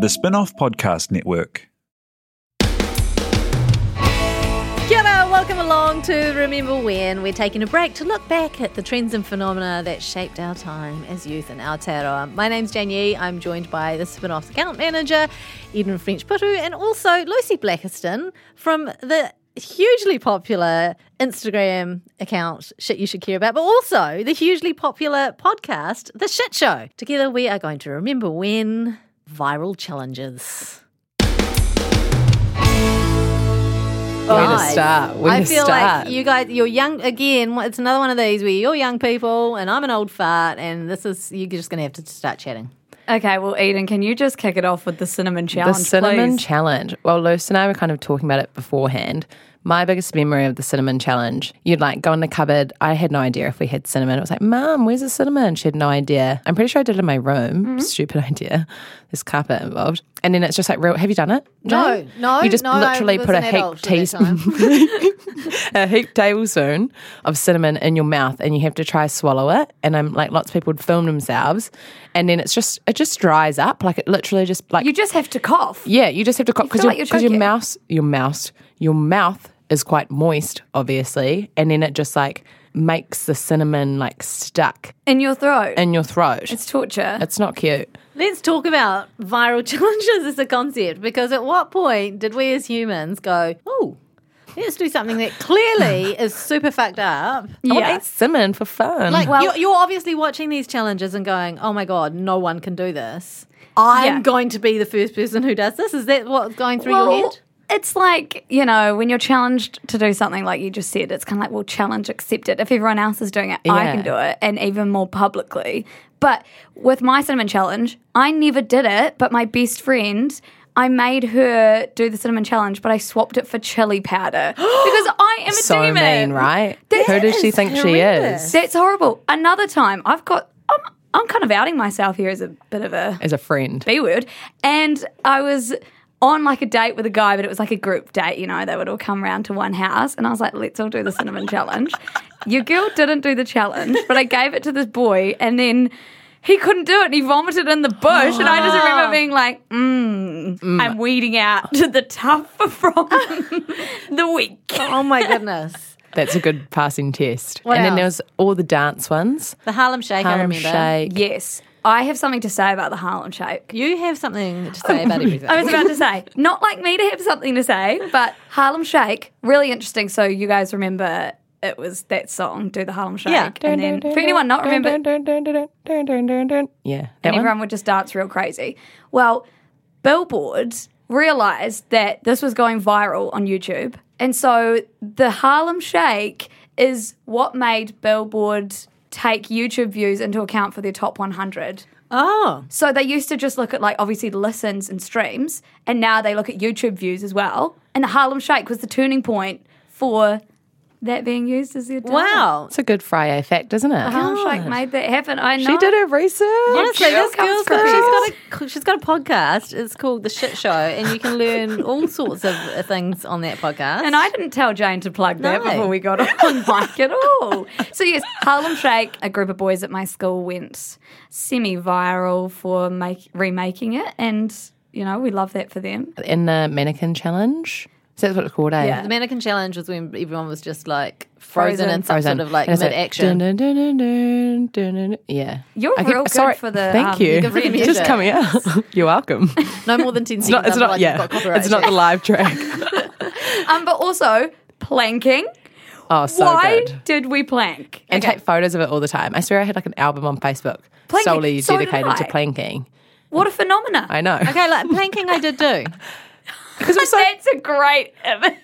The Spinoff Podcast Network. G'day, welcome along to Remember When. We're taking a break to look back at the trends and phenomena that shaped our time as youth in Aotearoa. My name's Jan Yee. I'm joined by the Spinoff's account manager, Eden French Putu, and also Lucy Blackiston from the hugely popular Instagram account, Shit You Should Care About, but also the hugely popular podcast, The Shit Show. Together, we are going to remember when viral challenges. When to Guys, start? When I to feel start? like you guys, you're young again. It's another one of these where you're young people and I'm an old fart, and this is you're just going to have to start chatting. Okay, well, Eden, can you just kick it off with the cinnamon the challenge, cinnamon please? challenge. Well, Luce and I were kind of talking about it beforehand. My biggest memory of the cinnamon challenge, you'd like go in the cupboard. I had no idea if we had cinnamon. It was like, Mom, where's the cinnamon? She had no idea. I'm pretty sure I did it in my room. Mm-hmm. Stupid idea. There's carpet involved. And then it's just like, real. Have you done it? No, Jane? no, You just no, I literally was put a an heap, adult at that time. a heap tablespoon of cinnamon in your mouth and you have to try swallow it. And I'm like, lots of people would film themselves. And then it's just, it just dries up. Like it literally just like You just have to cough. yeah, you just have to cough because feel like your, you're 'cause your choking. mouth, your mouth, your mouth is quite moist, obviously, and then it just like makes the cinnamon like stuck In your throat. in your throat. it's torture. It's not cute. Let's talk about viral challenges as a concept because at what point did we as humans go, oh, let's do something that clearly is super fucked up? I want to Yeah. eat Oh, cinnamon for fun. Like, Well- you're, you're obviously watching these challenges and going, oh my God, no one can do this. I'm Yeah. going to be the first person who does this. Is that what's going through your head? It's like, you know, when you're challenged to do something like you just said, it's kind of like, well, challenge accepted. If everyone else is doing it, I Yeah. can do it, and even more publicly. But with my cinnamon challenge, I never did it, but my best friend, I made her do the cinnamon challenge, but I swapped it for chili powder because I am a so demon. mean, right? Who does she is think horrendous. she is? That's horrible. Another time, I've got. I'm, I'm kind of outing myself here as a bit of a As a friend, B word. And I was on like a date with a guy, but it was like a group date, you know, they would all come round to one house. And I was like, let's all do the cinnamon challenge. Your girl didn't do the challenge, but I gave it to this boy. And then. He couldn't do it and he vomited in the bush. And I just remember being like, Ah. mm, I'm weeding out the tough from the weak. Oh my goodness. that's a good passing test. What and then there else? was all the dance ones. The Harlem Shake, I Harlem remember. shake. Yes, I have something to say about the Harlem Shake. You have something to say about everything. I was about to say, not like me to have something to say, but Harlem Shake, really interesting. So you guys remember it was that song, Do the Harlem Shake. Yeah. And then for anyone not remember, and Yeah, that one. everyone would just dance real crazy. Well, Billboard realized that this was going viral on YouTube. And so the Harlem Shake is what made Billboard take YouTube views into account for their top 100. oh, So they used to just look at like obviously listens and streams, and now they look at YouTube views as well. And the Harlem Shake was the turning point for that being used as their dance. wow. It's a good Friday fact, isn't it? Harlem Shake made that happen. I know. She did her research. Honestly, Girl this comes girl's from got, she's got a she's got a podcast. It's called The Shit Show, and you can learn all sorts of uh, things on that podcast. And I didn't tell Jane to plug that No. before we got on mic at all. So yes, Harlem Shake, a group of boys at my school went semi-viral for make, remaking it, and you know we love that for them. in the mannequin challenge. So that's what it's called, eh? Yeah. the mannequin challenge was when everyone was just like frozen, Frozen. in some Frozen. sort of like And it's mid action. dun, dun, dun, dun, dun, dun, dun. Yeah. You're I keep- real good sorry, for the, Thank um, you. you're good for the Just music. coming out. You're welcome. It's No more than ten seconds. not, it's not, otherwise you've yeah. got copyright It's not the issues. live track. Um, but also planking. Oh, so Why good. did we plank? And take photos of it all the time. I swear I had like an album on Facebook Planking. solely So did dedicated to I. planking. What a phenomena! I know. Okay, like planking, I did do. Because I'm so. That's a great image.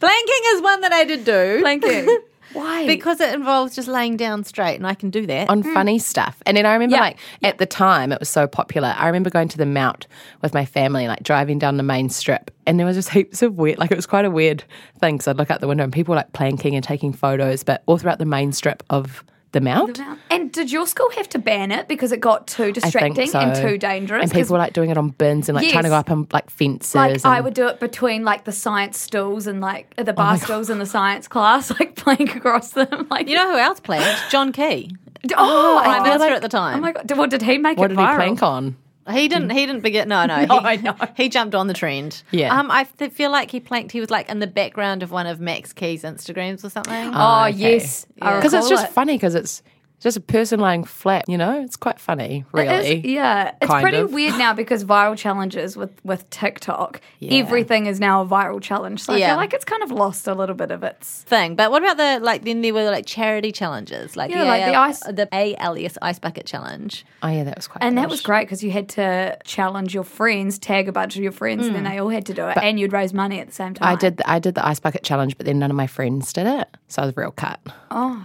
planking is one that I did do. Planking. Why? because it involves just laying down straight, and I can do that. on funny stuff. And then I remember, Hmm. Yeah. like, at the time, it was so popular. I remember going to the Mount with my family, like, driving down the main strip, and there was just heaps of weird, like, it was quite a weird thing. So I'd look out the window and people were, like, planking and taking photos, but all throughout the main strip of the Mount. and did your school have to ban it because it got too I think distracting so. and too dangerous? And people were, 'Cause, like, doing it on bins and, like, trying to go Yes. up on, like, fences. like I and- would do it between like the science stools and like the bar stools in the science class, like plank across them. Like You know who else planked? John Key. oh, Prime I Minister feel like- at the time. Oh my god! Did, what did he make What it did viral? he plank on? He didn't. He didn't begin. No, no. No, he, I know. He jumped on the trend. Yeah. Um, I f- feel like he planked. He was like in the background of one of Max Key's Instagrams or something. Oh, okay. yes. Because it's just funny. funny because it's just a person lying flat, you know? It's quite funny, really. It is, yeah. It's Kind pretty of. weird now because viral challenges with, with TikTok, everything is now a viral challenge. So I Yeah. feel like it's kind of lost a little bit of its. Thing, but what about the like? Then there were like charity challenges, like Yeah, like the AL ice- the alias ice bucket challenge. Oh, yeah, that was quite And that nice. was great because you had to challenge your friends, tag a bunch of your friends, and then they all had to do it. and you'd raise money at the same time. Mm. I did, the, I did the ice bucket challenge, but then none of my friends did it. So I was real cut.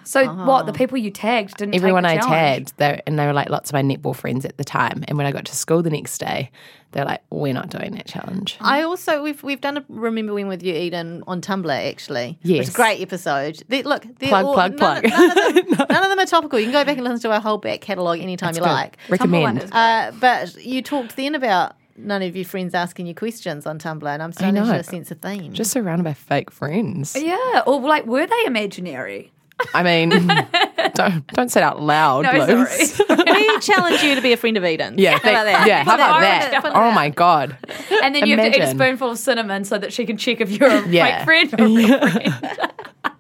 So what? The people you tagged didn't take Oh. Everyone the I challenge? tagged, they, and they were like lots of my netball friends at the time. And when I got to school the next day, they're like, we're not doing that challenge. I also we've we've done a remember when with you Eden on Tumblr actually. which is Yes. a great episode. They, look, they're Plug, all- plug, none, plug. None of, them, none of them are topical. You can go back and listen to our whole back catalogue anytime you Good. like. one Recommend. is- Uh, but you talked then about none of your friends asking you questions on Tumblr, and I'm starting know. to sense a theme. Just surrounded by fake friends. Yeah. Or like, were they imaginary? I mean, don't don't say it out loud. No, Lois. sorry. we challenge you to be a friend of Eden's. Yeah, how about they- that? yeah. How Put about that- that? put that Oh out. my god. And then you have to eat a Imagine. spoonful of cinnamon so that she can check if you're a Yeah. fake friend or a real friend.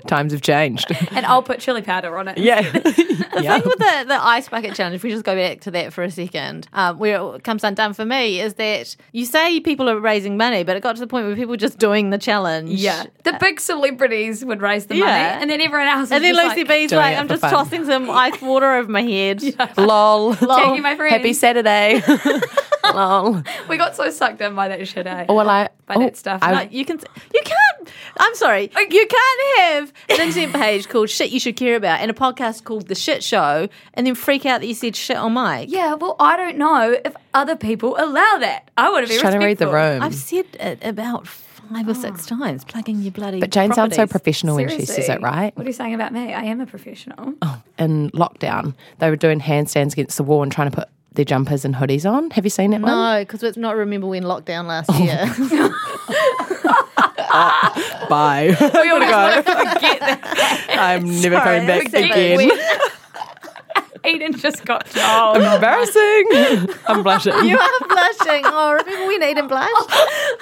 Times have changed. And I'll put chili powder on it. yeah. yeah. thing with the, the ice bucket challenge, if we just go back to that for a second, um, where it comes undone for me is that you say people are raising money, but it got to the point where people were just doing the challenge. Yeah. The big celebrities would raise the Yeah. money, and then everyone else. And is then just Lucy like, B's doing like, it I'm for just fun." tossing some ice water over my head. Lol. Thank you, my friend. Happy Saturday. Lol. We got so sucked in by that shit. Eh? Or like by oh, that stuff. I- Like, you can, you can't. I'm sorry, you can't have an internet page called "Shit You Should Care About" and a podcast called "The Shit Show," and then freak out that you said shit on mic. yeah. Well, I don't know if other people allow that. I want to be Just trying to read the respectful. room. I've said it about five or six times, plugging your bloody. but Jane sounds so properties. professional when she says it, Seriously. right? Oh What are you saying about me? I am a professional. In lockdown, they were doing handstands against the wall and trying to put their jumpers and hoodies on. Have you seen that one? No, because it's not remember when lockdown last Oh, year. Bye. We always want to Oh forget that I'm never Sorry, coming back that's a again. bit Aiden just got told. Embarrassing. I'm blushing. you are blushing. Oh, remember when Aiden blushed?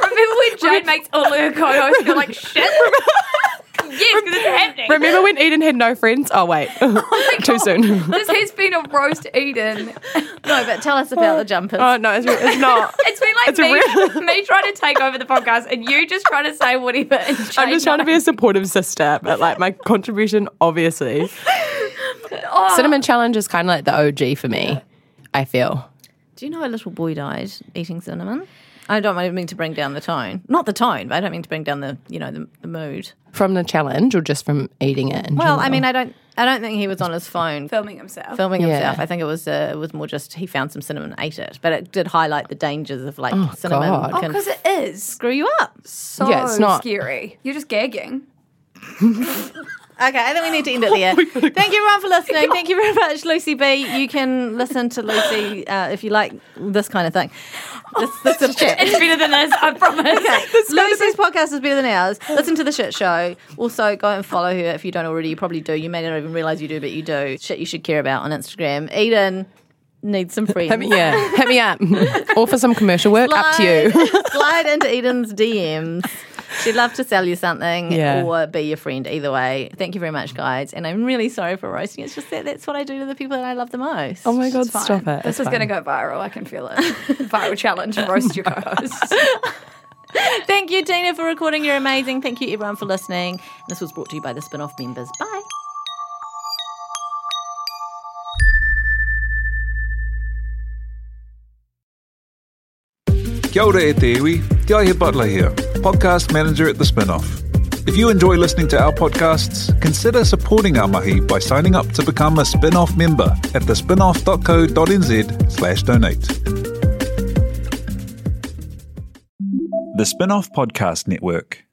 Remember when Jane makes all her co-hosts feel like shit? yes, 'cause it's happening. Remember when Eden had no friends? Oh wait, too soon. this has been a roast, Aiden. no, but tell us about the jumpers. Oh no, it's, it's not. It's been like It's a me, me trying to take over the podcast and you just trying to say whatever. and I'm just change trying to be my- a supportive sister, but like my contribution, obviously. Oh, Cinnamon challenge is kind of like the OG for me. I feel. Do you know a little boy died eating cinnamon? I don't mean to bring down the tone. Not the tone, but I don't mean to bring down the you know the, the mood. From the challenge or just from eating it? in Well, I general? mean, I don't. I don't think he was on his phone filming himself. filming Yeah. himself. I think it was uh, it was more just he found some cinnamon, and ate it. But it did highlight the dangers of like cinnamon God. Oh, can Because it is screw you up. so Yeah, it's not- scary. You're just gagging. Okay, I think we need to end it Oh, there. Thank you, everyone, for listening. Thank you very much, Lucy B. You can listen to Lucy uh, if you like this kind of thing. This, this is shit. It's better than this, I promise. Lucy's podcast is better than ours. Listen to the shit show. Also, go and follow her if you don't already. You probably do. You may not even realize you do, but you do. Shit, you should care about on Instagram. Eden needs some friends. hit me, yeah, hit me up, or for some commercial work, up to you. Slide- slide into Eden's DMs. She'd love to sell you something Yeah. or be your friend either way. Thank you very much, guys. And I'm really sorry for roasting. It's just that that's what I do to the people that I love the most. Oh my god, It's fine. stop it! This It's is going to fine. go viral. I can feel it. viral challenge roast your co-hosts. Thank you, Tina, for recording. You're amazing. Thank you, everyone, for listening. This was brought to you by the Spin Off members. Bye. Kia ora e te iwi, Te Aihe Butler here, podcast manager at The Spinoff. If you enjoy listening to our podcasts, consider supporting our mahi by signing up to become a Spinoff member at thespinoff.co.nz slash donate. The Spinoff Podcast Network.